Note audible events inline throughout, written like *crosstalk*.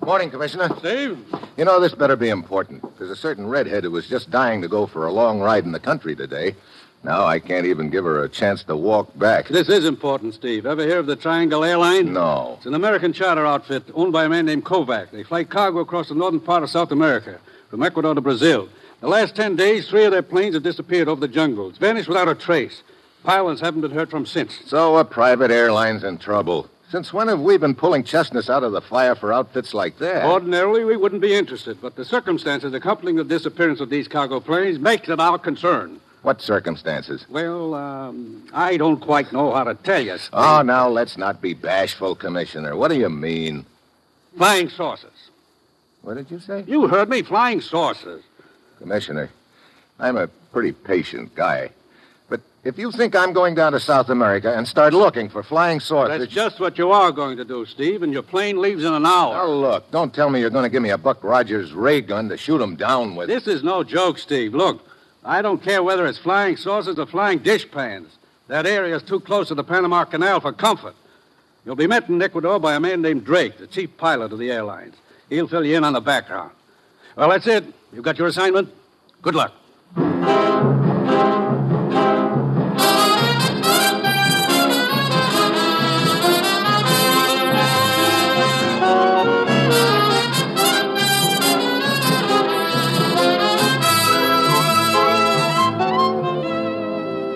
Morning, Commissioner. Steve, You know, this better be important. There's a certain redhead who was just dying to go for a long ride in the country today. Now I can't even give her a chance to walk back. this is important, Steve. Ever hear of the Triangle Airline? No. It's an American charter outfit owned by a man named Kovac. They fly cargo across the northern part of South America, from Ecuador to Brazil. The last ten days, three of their planes have disappeared over the jungles, vanished without a trace. Pilots haven't been heard from since. So a private airline's in trouble. Since when have we been pulling chestnuts out of the fire for outfits like that? Ordinarily, we wouldn't be interested, but the circumstances accompanying the disappearance of these cargo planes makes it our concern. What circumstances? Well, um, I don't quite know how to tell you. Steve. Oh, now let's not be bashful, Commissioner. What do you mean? Flying saucers. What did you say? You heard me, flying saucers. Commissioner, I'm a pretty patient guy. But if you think I'm going down to South America and start looking for flying saucers. That's just what you are going to do, Steve, and your plane leaves in an hour. Now, look, don't tell me you're going to give me a Buck Rogers ray gun to shoot him down with. This is no joke, Steve. Look, I don't care whether it's flying saucers or flying dishpans. That area is too close to the Panama Canal for comfort. You'll be met in Ecuador by a man named Drake, the chief pilot of the airlines. He'll fill you in on the background. Well, that's it. You've got your assignment. Good luck.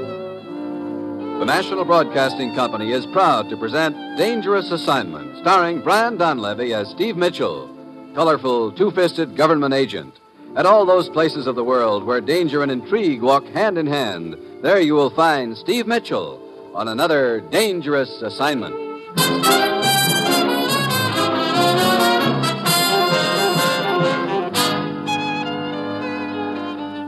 The National Broadcasting Company is proud to present Dangerous Assignment, starring Brian Donlevy as Steve Mitchell, colorful, two fisted government agent. At all those places of the world where danger and intrigue walk hand in hand, there you will find Steve Mitchell on another Dangerous Assignment.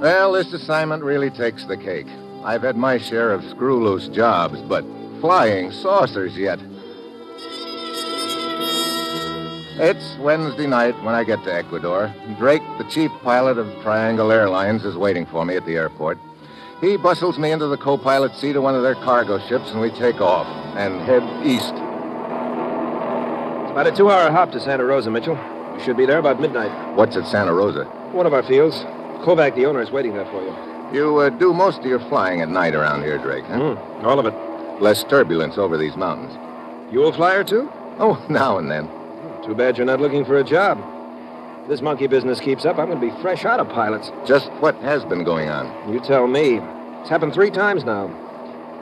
Well, this assignment really takes the cake. I've had my share of screw loose jobs, but flying saucers yet. It's Wednesday night when I get to Ecuador. Drake, the chief pilot of Triangle Airlines, is waiting for me at the airport. He bustles me into the co pilot seat of one of their cargo ships, and we take off and head east. It's about a two hour hop to Santa Rosa, Mitchell. We should be there about midnight. What's at Santa Rosa? One of our fields. Kovac, the owner, is waiting there for you. You uh, do most of your flying at night around here, Drake. Huh? Mm, all of it. Less turbulence over these mountains. You a flyer, too? Oh, *laughs* now and then. Too bad you're not looking for a job. If this monkey business keeps up, I'm going to be fresh out of pilots. Just what has been going on? You tell me. It's happened three times now.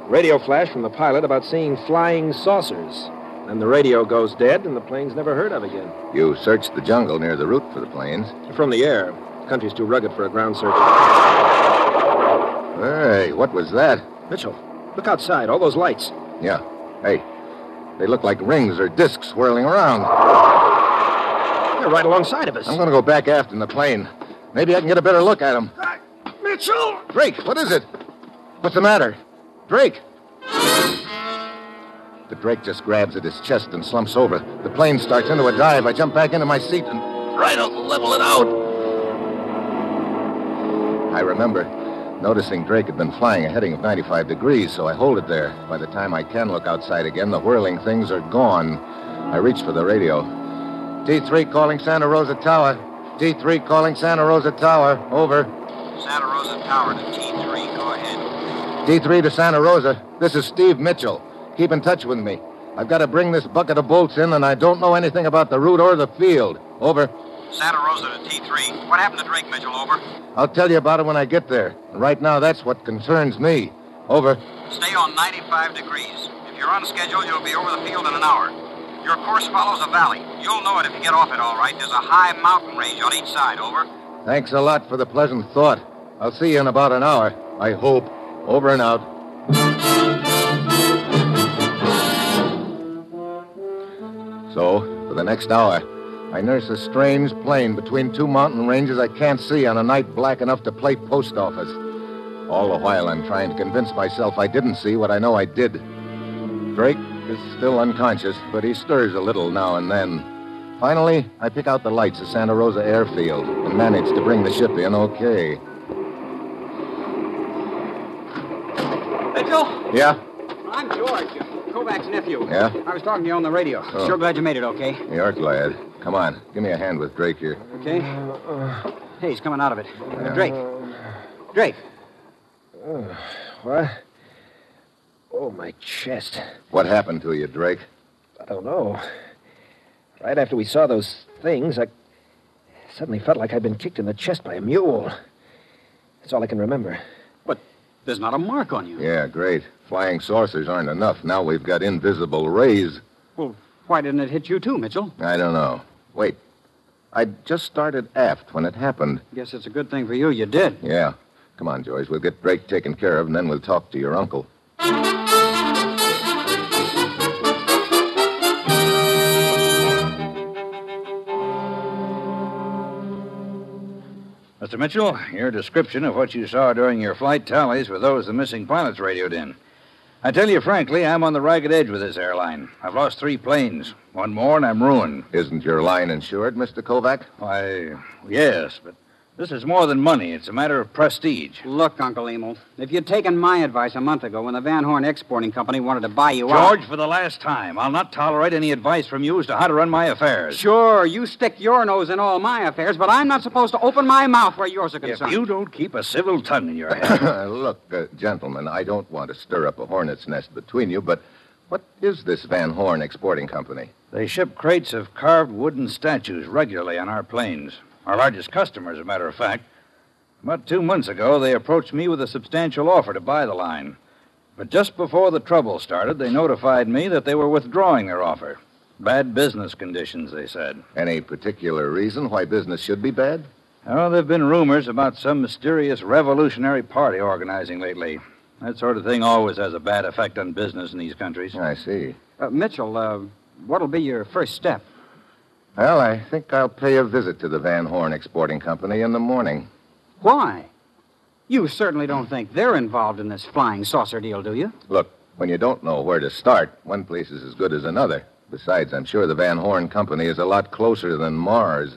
Radio flash from the pilot about seeing flying saucers. Then the radio goes dead, and the plane's never heard of again. You searched the jungle near the route for the planes. From the air. The country's too rugged for a ground search. Hey, what was that? Mitchell, look outside. All those lights. Yeah. Hey, they look like rings or discs whirling around. They're right alongside of us. I'm going to go back aft in the plane. Maybe I can get a better look at them. Mitchell! Drake, what is it? What's the matter? Drake! But Drake just grabs at his chest and slumps over. The plane starts into a dive. I jump back into my seat and try to level it out. I remember noticing Drake had been flying a heading of 95 degrees, so I hold it there. By the time I can look outside again, the whirling things are gone. I reach for the radio. D3 calling Santa Rosa Tower. D3 calling Santa Rosa Tower. Over. Santa Rosa Tower to T3, go ahead. D3 to Santa Rosa. This is Steve Mitchell. Keep in touch with me. I've got to bring this bucket of bolts in, and I don't know anything about the route or the field. Over. Santa Rosa to T3. What happened to Drake Mitchell? Over. I'll tell you about it when I get there. And right now, that's what concerns me. Over. Stay on 95 degrees. If you're on schedule, you'll be over the field in an hour. Your course follows a valley. You'll know it if you get off it all right. There's a high mountain range on each side. Over. Thanks a lot for the pleasant thought. I'll see you in about an hour, I hope. Over and out. So, for the next hour, I nurse a strange plane between two mountain ranges I can't see on a night black enough to play post office. All the while, I'm trying to convince myself I didn't see what I know I did. Drake is still unconscious, but he stirs a little now and then. Finally, I pick out the lights of Santa Rosa Airfield and manage to bring the ship in okay. Mitchell? Yeah? I'm George, Kovac's nephew. Yeah? I was talking to you on the radio. Oh. Sure glad you made it okay. You're glad. Come on, give me a hand with Drake here. Okay? Hey, he's coming out of it. Drake. Drake. Uh, What? Oh, my chest. What happened to you, Drake? I don't know. Right after we saw those things, I suddenly felt like I'd been kicked in the chest by a mule. That's all I can remember. But there's not a mark on you. Yeah, great. Flying saucers aren't enough. Now we've got invisible rays. Well, why didn't it hit you too, Mitchell? I don't know. Wait. I just started aft when it happened. Guess it's a good thing for you you did. Yeah. Come on, George. We'll get Drake taken care of, and then we'll talk to your uncle. Mr. Mitchell, your description of what you saw during your flight tallies with those the missing pilots radioed in. I tell you frankly, I'm on the ragged edge with this airline. I've lost three planes. One more, and I'm ruined. Isn't your line insured, Mr. Kovac? Why, yes, but this is more than money. It's a matter of prestige. Look, Uncle Emil, if you'd taken my advice a month ago when the Van Horn Exporting Company wanted to buy you out. George, for the last time, I'll not tolerate any advice from you as to how to run my affairs. Sure, you stick your nose in all my affairs, but I'm not supposed to open my mouth where yours are If concerned. you don't keep a civil tongue *coughs* in your head. Look, uh, gentlemen, I don't want to stir up a hornet's nest between you, but what is this Van Horn Exporting Company? They ship crates of carved wooden statues regularly on our planes. Our largest customer, as a matter of fact. About two months ago, they approached me with a substantial offer to buy the line. But just before the trouble started, they notified me that they were withdrawing their offer. Bad business conditions, they said. Any particular reason why business should be bad? Oh, there have been rumors about some mysterious revolutionary party organizing lately. That sort of thing always has a bad effect on business in these countries. I see. Uh, Mitchell, uh, what'll be your first step? Well, I think I'll pay a visit to the Van Horn Exporting Company in the morning. Why? You certainly don't think they're involved in this flying saucer deal, do you? Look, when you don't know where to start, one place is as good as another. Besides, I'm sure the Van Horn Company is a lot closer than Mars.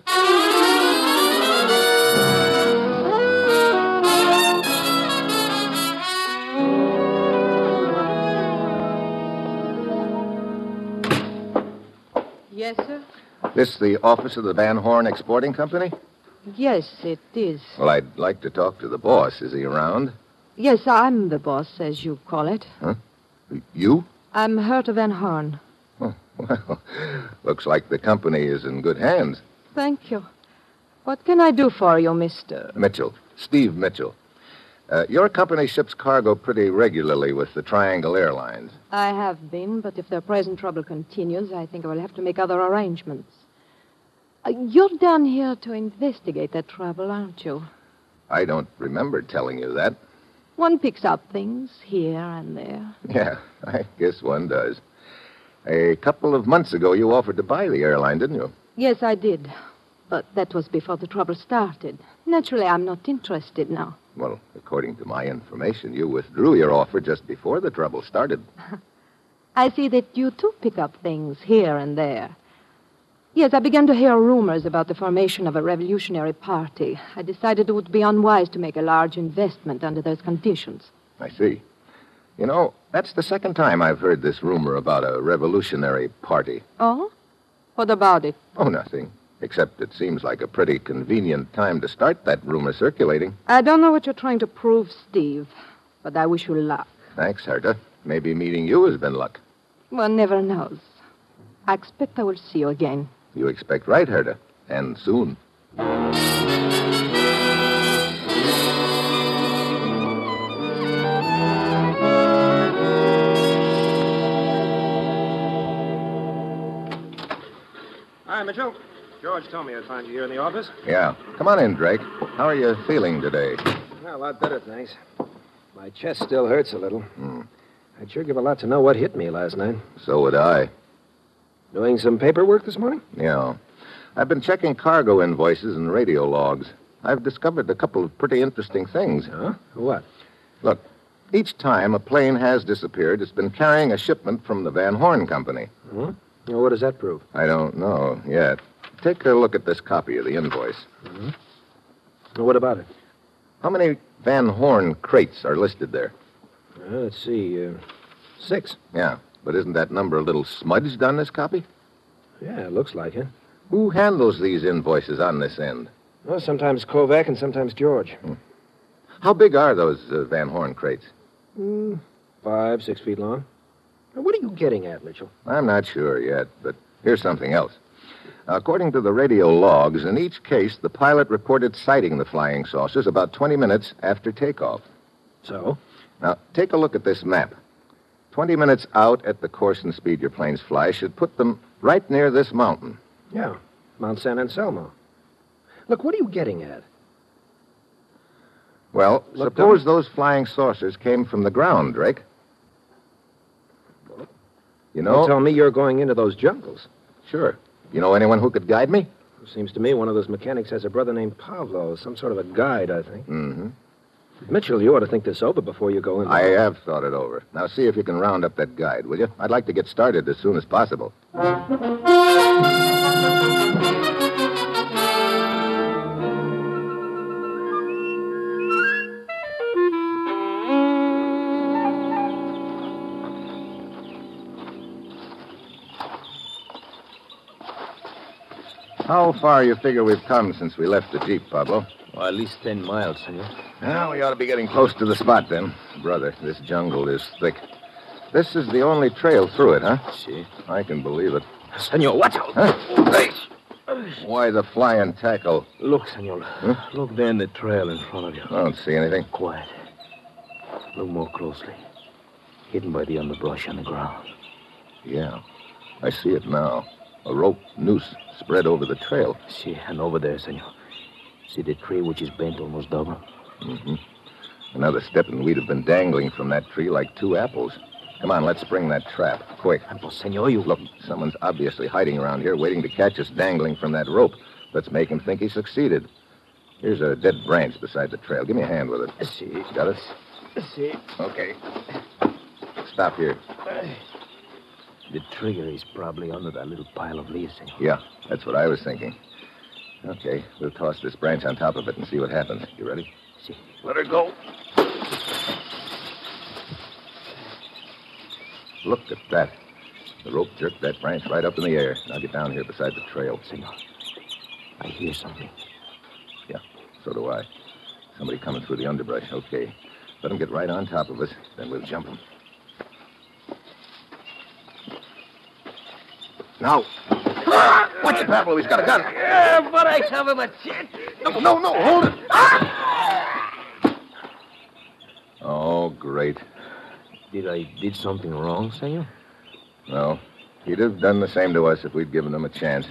Yes, sir? This the office of the Van Horn Exporting Company? Yes, it is. Well, I'd like to talk to the boss. Is he around? Yes, I'm the boss, as you call it. You? I'm Herta Van Horn. Well, looks like the company is in good hands. Thank you. What can I do for you, mister? Mitchell, Steve Mitchell. Uh, your company ships cargo pretty regularly with the Triangle Airlines. I have been, but if the present trouble continues, I think I will have to make other arrangements. Uh, you're down here to investigate that trouble, aren't you? I don't remember telling you that. *laughs* One picks up things here and there. Yeah, I guess one does. A couple of months ago, you offered to buy the airline, didn't you? Yes, I did. But that was before the trouble started. Naturally, I'm not interested now. Well, according to my information, you withdrew your offer just before the trouble started. I see that you too pick up things here and there. Yes, I began to hear rumors about the formation of a revolutionary party. I decided it would be unwise to make a large investment under those conditions. I see. You know, that's the second time I've heard this rumor about a revolutionary party. Oh? What about it? Oh, nothing. Except it seems like a pretty convenient time to start that rumor circulating. I don't know what you're trying to prove, Steve. but I wish you luck. Thanks, Herta. Maybe meeting you has been luck. One never knows. I expect I will see you again. You expect right, Herta. And soon. Hi, Mitchell. George told me I'd find you here in the office. Yeah. Come on in, Drake. How are you feeling today? Well, a lot better, thanks. My chest still hurts a little. I'd sure give a lot to know what hit me last night. Hmm. So would I. Doing some paperwork this morning? Yeah. I've been checking cargo invoices and radio logs. I've discovered a couple of pretty interesting things. Huh? What? Look, each time a plane has disappeared, it's been carrying a shipment from the Van Horn Company. Well, what does that prove? I don't know yet. Take a look at this copy of the invoice. Well, Mm-hmm. what about it? How many Van Horn crates are listed there? Uh, let's see. Uh, six. Yeah, but isn't that number a little smudged on this copy? Yeah, it looks like it. Who handles these invoices on this end? Well, sometimes Kovac and sometimes George. How big are those uh, Van Horn crates? Five, six feet long. Hmm, Now, what are you getting at, Mitchell? I'm not sure yet, but here's something else. According to the radio logs, in each case, the pilot reported sighting the flying saucers about 20 minutes after takeoff. So? Now, take a look at this map. 20 minutes out at the course and speed your planes fly should put them right near this mountain. Yeah, Mount San Anselmo. Look, what are you getting at? Well, Look, suppose those flying saucers came from the ground, Drake. You You know? tell me you're going into those jungles. Sure. You know anyone who could guide me? Seems to me one of those mechanics has a brother named Pablo, some sort of a guide, I think. Mm-hmm. Mitchell, you ought to think this over before you go in. I have thought it over. Now see if you can round up that guide, will you? I'd like to get started as soon as possible. How far you figure we've come since we left the jeep, Pablo? Well, at least 10 miles, senor. Well, we ought to be getting close to the spot then. Brother, this jungle is thick. This is the only trail through it, huh? See. I can believe it. Senor, watch out. Huh? Hey! Why the flying tackle? Look, senor. Look there in the trail in front of you. I don't see anything. Quiet. Look more closely. Hidden by the underbrush on the ground. Yeah, I see it now. A rope noose spread over the trail. See, and over there, senor. See the tree which is bent almost double? Another step, and we'd have been dangling from that tree like two apples. Come on, let's spring that trap. Quick. But, senor, you Look, someone's obviously hiding around here, waiting to catch us dangling from that rope. Let's make him think he succeeded. Here's a dead branch beside the trail. Give me a hand with it. See. Got it? See. Okay. Stop here. The trigger is probably under that little pile of leaves, eh? senor. Yeah, that's what I was thinking. Okay, we'll toss this branch on top of it and see what happens. You ready? See. Let her go. Look at that. The rope jerked that branch right up in the air. Now get down here beside the trail. Senor, I hear something. Yeah, so do I. Somebody coming through the underbrush. Okay. Let him get right on top of us, then we'll jump him. Now. What's it, Pablo? He's got a gun. Yeah, but I have him a chance. No, no, no, hold it. Ah! Oh, great. Did I did something wrong, senor? No, he'd have done the same to us if we'd given him a chance.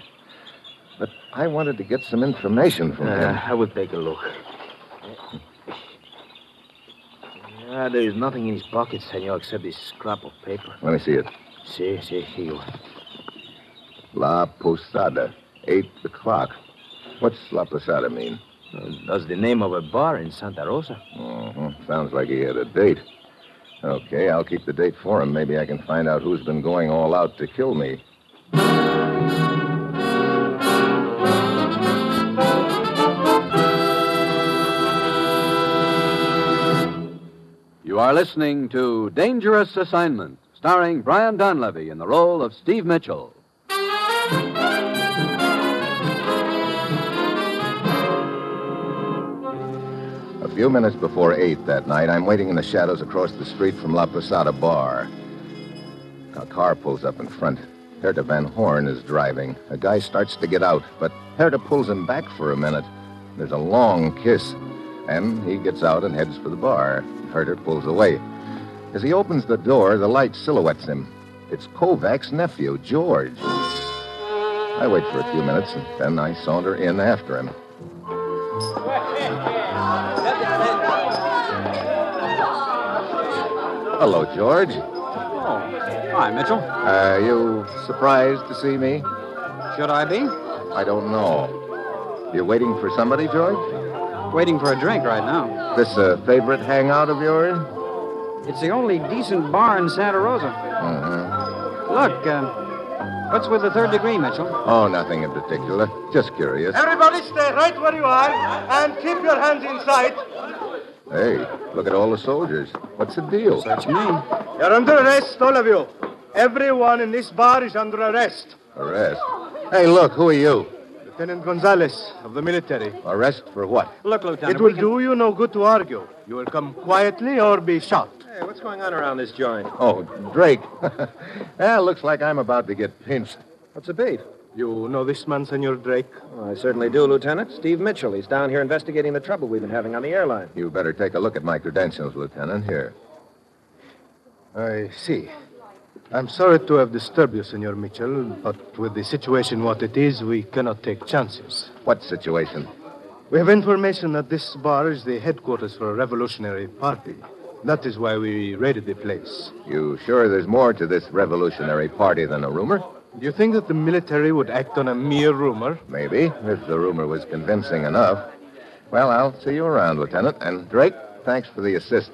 But I wanted to get some information from him. Uh, I will take a look. Ah, there is nothing in his pocket, senor, except this scrap of paper. Let me see it. See, see, here you are. La Posada, 8 o'clock. What's La Posada mean? Uh, That's the name of a bar in Santa Rosa. hmm Sounds like he had a date. Okay, I'll keep the date for him. Maybe I can find out who's been going all out to kill me. You are listening to Dangerous Assignment, starring Brian Donlevy in the role of Steve Mitchell. A few minutes before 8 that night, I'm waiting in the shadows across the street from La Posada Bar. A car pulls up in front. Herta Van Horn is driving. A guy starts to get out, but Herta pulls him back for a minute. There's a long kiss, and he gets out and heads for the bar. Herta pulls away. As he opens the door, the light silhouettes him. It's Kovac's nephew, George. I wait for a few minutes, and then I saunter in after him. Hello, George. Oh, Hi, Mitchell. Are you surprised to see me? Should I be? I don't know. You waiting for somebody, George? Waiting for a drink right now. This uh, a favorite hangout of yours? It's the only decent bar in Santa Rosa. Uh-huh. Look, uh, what's with the third degree, Mitchell? Oh, nothing in particular. Just curious. Everybody stay right where you are and keep your hands inside. Hey, look at all the soldiers. What's the deal? That's me. You're under arrest, all of you. Everyone in this bar is under arrest. Arrest. Hey, look, who are you? Lieutenant Gonzalez of the military. Arrest for what? Look, Lieutenant. It will do you no good to argue. You will come quietly or be shot. Hey, what's going on around this joint? Oh, Drake. *laughs* well, looks like I'm about to get pinched. What's the beat? You know this man, Senor Drake? Oh, I certainly do, Lieutenant. Steve Mitchell. He's down here investigating the trouble we've been having on the airline. You better take a look at my credentials, Lieutenant. Here. I see. I'm sorry to have disturbed you, Senor Mitchell, but with the situation what it is, we cannot take chances. What situation? We have information that this bar is the headquarters for a revolutionary party. That is why we raided the place. You sure there's more to this revolutionary party than a rumor? Do you think that the military would act on a mere rumor? Maybe, if the rumor was convincing enough. Well, I'll see you around, Lieutenant. And Drake, thanks for the assist.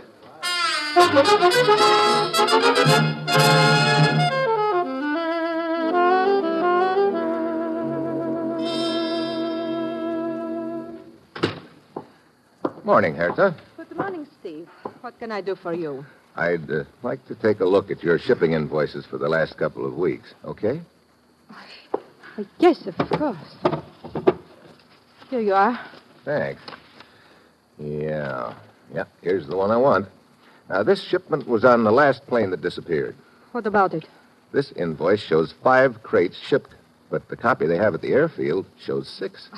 Morning, Herta. Good morning, Steve. What can I do for you? I'd uh, like to take a look at your shipping invoices for the last couple of weeks, okay? Uh, Yes, of course. Here you are. Thanks. Yeah. Yeah, here's the one I want. Now, this shipment was on the last plane that disappeared. What about it? This invoice shows five crates shipped, but the copy they have at the airfield shows six.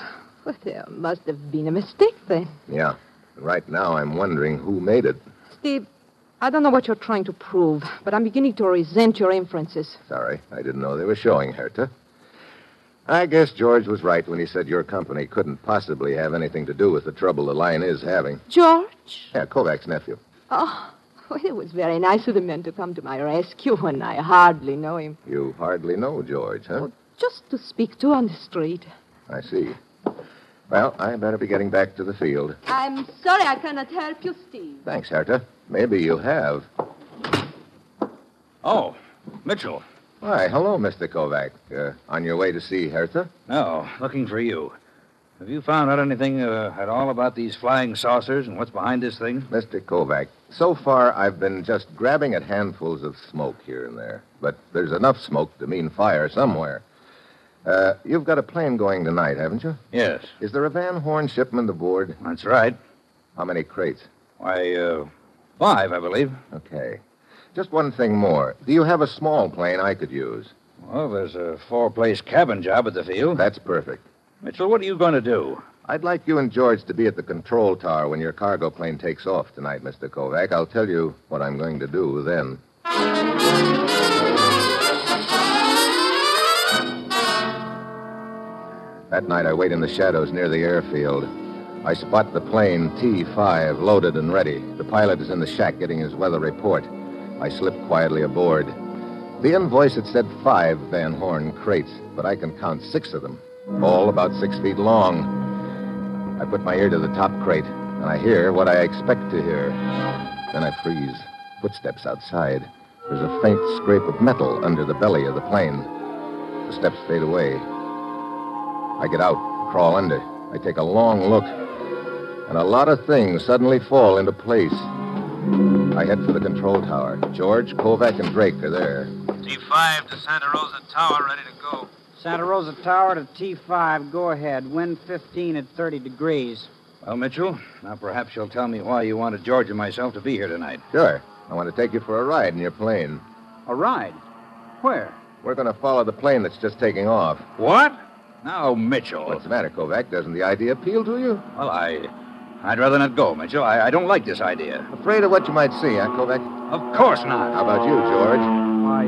Well, there must have been a mistake then. Yeah. Right now, I'm wondering who made it. Steve, I don't know what you're trying to prove, but I'm beginning to resent your inferences. Sorry, I didn't know they were showing Herta. I guess George was right when he said your company couldn't possibly have anything to do with the trouble the line is having. George? Yeah, Kovac's nephew. Oh, well, it was very nice of the men to come to my rescue when I hardly know him. You hardly know George, huh? Just to speak to on the street. I see. Well, I better be getting back to the field. I'm sorry I cannot help you, Steve. Thanks, Herta. Maybe you have. Oh, Mitchell. Why, hello, Mr. Kovac. Uh, on your way to see Hertha? No, looking for you. Have you found out anything uh, at all about these flying saucers and what's behind this thing? Mr. Kovac, so far I've been just grabbing at handfuls of smoke here and there, but there's enough smoke to mean fire somewhere. Uh, you've got a plane going tonight, haven't you? Yes, Is there a Van Horn shipment aboard? that's right. How many crates? Why, uh, five, I believe. Okay. Just one thing more. Do you have a small plane I could use? Well, there's a four place cabin job at the field. That's perfect. Mitchell, what are you going to do? I'd like you and George to be at the control tower when your cargo plane takes off tonight, Mr. Kovac. I'll tell you what I'm going to do then. That night, I wait in the shadows near the airfield. I spot the plane T5 loaded and ready. The pilot is in the shack getting his weather report. I slip quietly aboard. The invoice had said five Van Horn crates, but I can count six of them, all about six feet long. I put my ear to the top crate, and I hear what I expect to hear. Then I freeze. Footsteps outside. There's a faint scrape of metal under the belly of the plane. The steps fade away. I get out, crawl under. I take a long look, and a lot of things suddenly fall into place. I head for the control tower. George, Kovac, and Drake are there. T5 to Santa Rosa Tower, ready to go. Santa Rosa Tower to T5. Go ahead. Wind 15 at 30 degrees. Well, Mitchell, now perhaps you'll tell me why you wanted George and myself to be here tonight. Sure. I want to take you for a ride in your plane. A ride? Where? We're going to follow the plane that's just taking off. What? Now, Mitchell. What's the matter, Kovac? Doesn't the idea appeal to you? Well, I. I'd rather not go, Mitchell. I, I don't like this idea. Afraid of what you might see, huh, Kovac? Of course not. How about you, George? Why,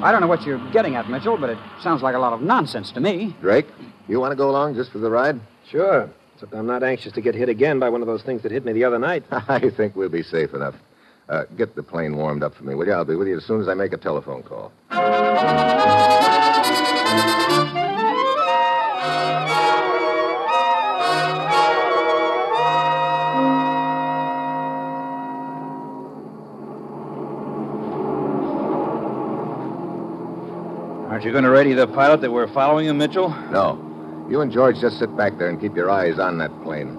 uh, I don't know what you're getting at, Mitchell, but it sounds like a lot of nonsense to me. Drake, you want to go along just for the ride? Sure. Except I'm not anxious to get hit again by one of those things that hit me the other night. *laughs* I think we'll be safe enough. Uh, get the plane warmed up for me, will you? I'll be with you as soon as I make a telephone call. Aren't you going to radio the pilot that we're following him, Mitchell? No. You and George just sit back there and keep your eyes on that plane.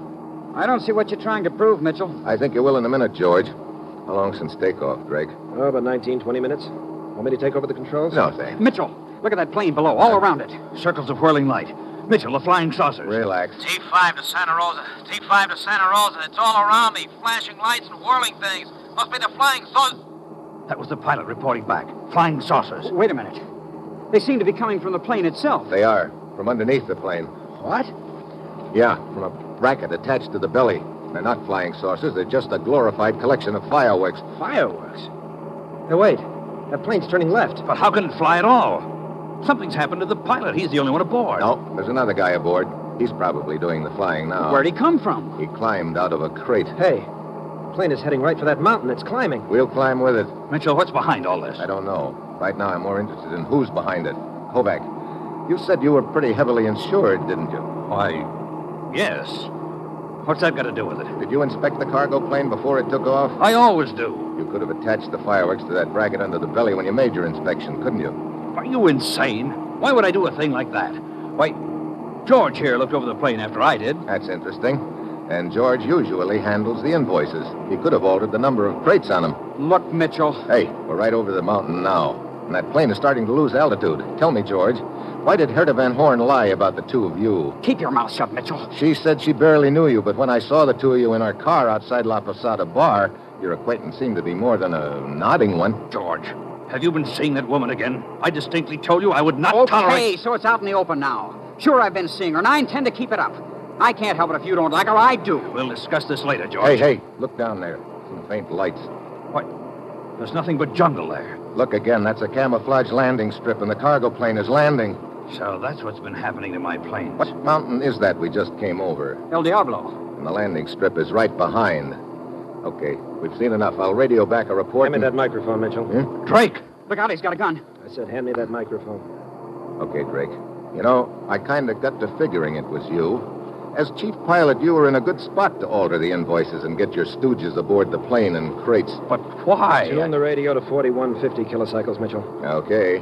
I don't see what you're trying to prove, Mitchell. I think you will in a minute, George. How long since takeoff, Drake? Oh, about 19, 20 minutes. Want me to take over the controls? No, thanks. Mitchell, look at that plane below, all around it. Circles of whirling light. Mitchell, the flying saucers. Relax. Take five to Santa Rosa. Take five to Santa Rosa. It's all around me. Flashing lights and whirling things. Must be the flying saucer. That was the pilot reporting back. Flying saucers. Wait a minute. They seem to be coming from the plane itself. They are from underneath the plane. What? Yeah, from a bracket attached to the belly. They're not flying saucers. They're just a glorified collection of fireworks. Fireworks. Hey, wait. That plane's turning left. But how can it fly at all? Something's happened to the pilot. He's the only one aboard. No, there's another guy aboard. He's probably doing the flying now. Where'd he come from? He climbed out of a crate. Hey, the plane is heading right for that mountain it's climbing. We'll climb with it. Mitchell, what's behind all this? I don't know. Right now, I'm more interested in who's behind it. Kovac, you said you were pretty heavily insured, didn't you? Why, yes. What's that got to do with it? Did you inspect the cargo plane before it took off? I always do. You could have attached the fireworks to that bracket under the belly when you made your inspection, couldn't you? Are you insane? Why would I do a thing like that? Why, George here looked over the plane after I did. That's interesting. And George usually handles the invoices. He could have altered the number of crates on them. Look, Mitchell. Hey, we're right over the mountain now, and that plane is starting to lose altitude. Tell me, George, why did Herta Van Horn lie about the two of you? Keep your mouth shut, Mitchell. She said she barely knew you, but when I saw the two of you in our car outside La Posada Bar, your acquaintance seemed to be more than a nodding one. George, have you been seeing that woman again? I distinctly told you I would not Okay, tolerate. so it's out in the open now. Sure, I've been seeing her, and I intend to keep it up. I can't help it if you don't like her. I do. We'll discuss this later, George. Hey, hey, look down there. Some faint lights. What? There's nothing but jungle there. Look again, that's a camouflage landing strip, and the cargo plane is landing. So that's what's been happening to my plane. What mountain is that we just came over? El Diablo. And the landing strip is right behind. Okay, we've seen enough. I'll radio back a report. Hmm? Hand me that microphone, Mitchell. Drake! Look out, he's got a gun. I said, hand me that microphone. Okay, Drake. You know, I kind of got to figuring it was you. As chief pilot, you were in a good spot to alter the invoices and get your stooges aboard the plane and crates. But why? Tune the radio to 4150 kilocycles, Mitchell. Okay.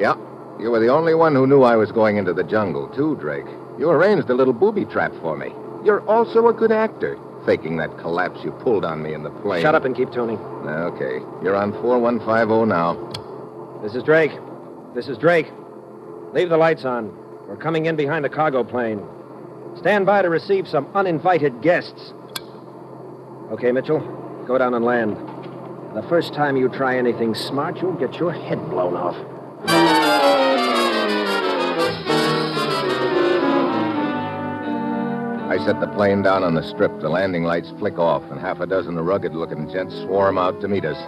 Yeah, you were the only one who knew I was going into the jungle, too, Drake. You arranged a little booby trap for me. You're also a good actor, faking that collapse you pulled on me in the plane. Shut up and keep tuning. Okay, you're on 4150 now. This is Drake. This is Drake. Leave the lights on. We're coming in behind the cargo plane. Stand by to receive some uninvited guests. Okay, Mitchell, go down and land. The first time you try anything smart, you'll get your head blown off. I set the plane down on the strip. The landing lights flick off, and half a dozen rugged looking gents swarm out to meet us.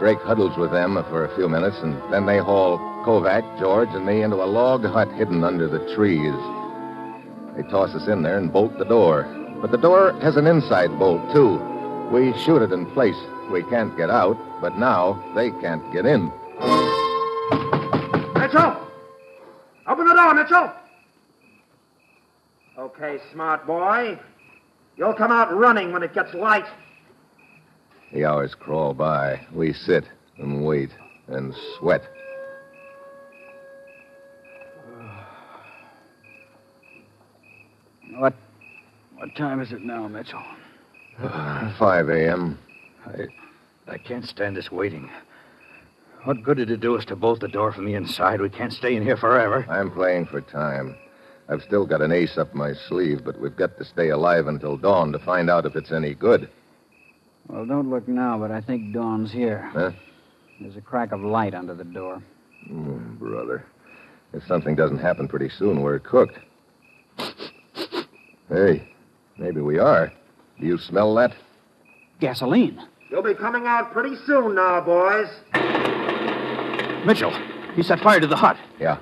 Drake huddles with them for a few minutes, and then they haul Kovac, George, and me into a log hut hidden under the trees. They toss us in there and bolt the door. But the door has an inside bolt, too. We shoot it in place. We can't get out, but now they can't get in. Mitchell! Open the door, Mitchell! Okay, smart boy. You'll come out running when it gets light. The hours crawl by. We sit and wait and sweat. *sighs* What? What time is it now, Mitchell? 5 a.m. I can't stand this waiting. What good did it do us to bolt the door from the inside? We can't stay in here forever. I'm playing for time. I've still got an ace up my sleeve, but we've got to stay alive until dawn to find out if it's any good. Well, don't look now, but I think Dawn's here. Huh? There's a crack of light under the door. Mm, brother. If something doesn't happen pretty soon, we're cooked. Hey, maybe we are. Do you smell that? Gasoline. You'll be coming out pretty soon now, boys. Mitchell, he set fire to the hut. Yeah.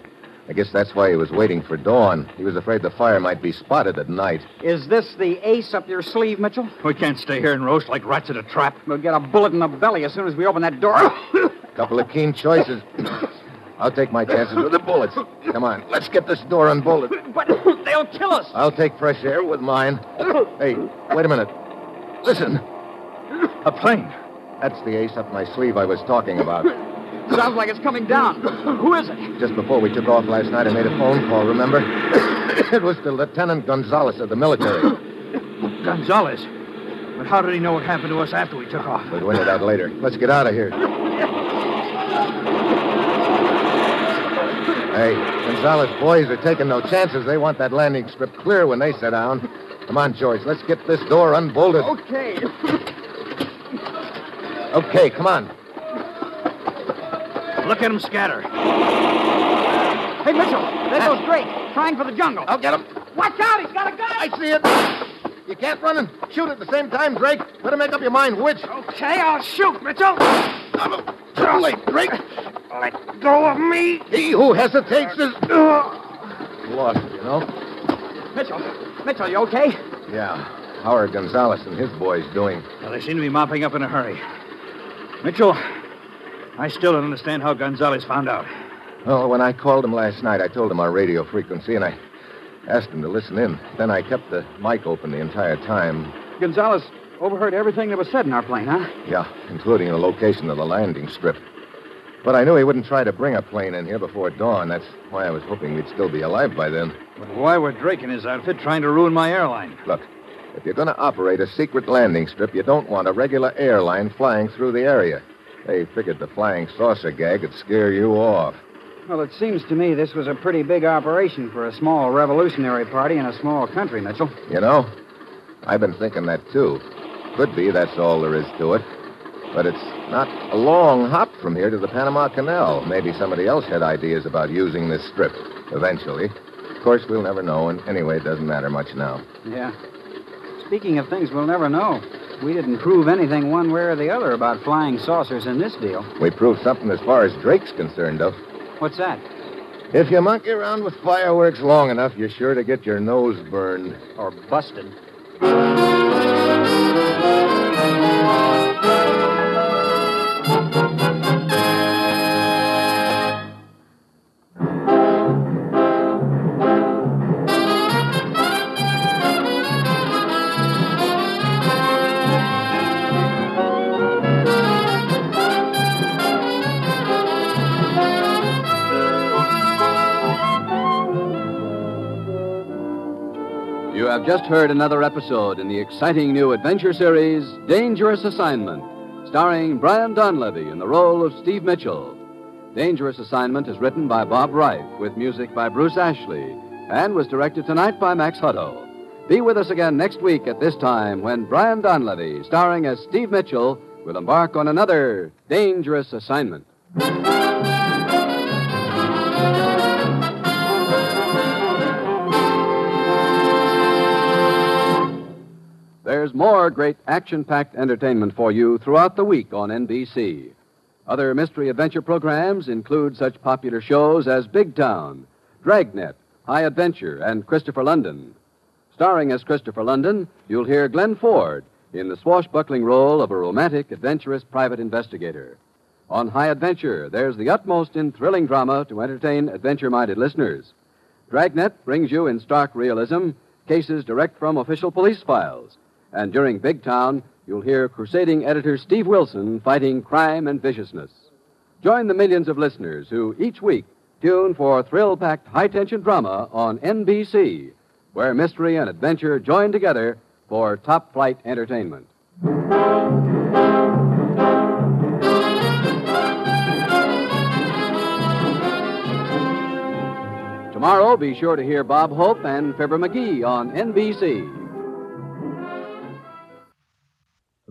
I guess that's why he was waiting for dawn. He was afraid the fire might be spotted at night. Is this the ace up your sleeve, Mitchell? We can't stay here and roast like rats in a trap. We'll get a bullet in the belly as soon as we open that *coughs* door. Couple of keen choices. *coughs* I'll take my chances with the bullets. Come on, let's get this door unbolted. but they'll kill us. I'll take fresh air with mine. Hey, wait a minute. Listen. A plane. That's the ace up my sleeve I was talking about. Sounds like it's coming *coughs* down. Who is it? Just before we took off last night, I made a phone call, remember? *coughs* it was to Lieutenant Gonzalez of the military. Gonzalez. But how did he know what happened to us after we took off? We'll find it out later. Let's get out of here. Hey, Gonzalez boys are taking no chances. They want that landing strip clear when they sit down. Come on, George. Let's get this door unbolted. Okay. Okay, come on. Look at him scatter. Hey, Mitchell, there goes Drake, trying for the jungle. I'll get him. Watch out, he's got a gun. I see it. You can't run and shoot at the same time, Drake. Better make up your mind which. Okay, I'll shoot, Mitchell. Too late, Drake. Let go of me. Uh. He who hesitates is lost, you know? Mitchell, Mitchell, you okay? Yeah. How are Gonzalez and his boys doing? Well, they seem to be mopping up in a hurry. Mitchell, I still don't understand how Gonzalez found out. Well, when I called him last night, I told him our radio frequency and I asked him to listen in. Then I kept the mic open the entire time. Gonzalez overheard everything that was said in our plane, huh? Yeah, including the location of the landing strip. But I knew he wouldn't try to bring a plane in here before dawn. That's why I was hoping we'd still be alive by then. But why were Drake and his outfit trying to ruin my airline? Look, if you're going to operate a secret landing strip, you don't want a regular airline flying through the area. They figured the flying saucer gag would scare you off. Well, it seems to me this was a pretty big operation for a small revolutionary party in a small country, Mitchell. You know, I've been thinking that too. Could be that's all there is to it. But it's not a long hop from here to the Panama Canal. Maybe somebody else had ideas about using this strip eventually. Of course, we'll never know, and anyway, it doesn't matter much now. Yeah. Speaking of things we'll never know, we didn't prove anything one way or the other about flying saucers in this deal. We proved something as far as Drake's concerned, though. What's that? If you monkey around with fireworks long enough, you're sure to get your nose burned. Or busted. You have just heard another episode in the exciting new adventure series, Dangerous Assignment, starring Brian Donlevy in the role of Steve Mitchell. Dangerous Assignment is written by Bob Reif, with music by Bruce Ashley, and was directed tonight by Max Hutto. Be with us again next week at this time when Brian Donlevy, starring as Steve Mitchell, will embark on another Dangerous Assignment. There's more great action packed entertainment for you throughout the week on NBC. Other mystery adventure programs include such popular shows as Big Town, Dragnet, High Adventure, and Christopher London. Starring as Christopher London, you'll hear Glenn Ford in the swashbuckling role of a romantic, adventurous private investigator. On High Adventure, there's the utmost in thrilling drama to entertain adventure minded listeners. Dragnet brings you in stark realism cases direct from official police files. And during Big Town, you'll hear crusading editor Steve Wilson fighting crime and viciousness. Join the millions of listeners who each week tune for thrill packed high tension drama on NBC, where mystery and adventure join together for top flight entertainment. Tomorrow, tomorrow, be sure to hear Bob Hope and Fibber McGee on NBC.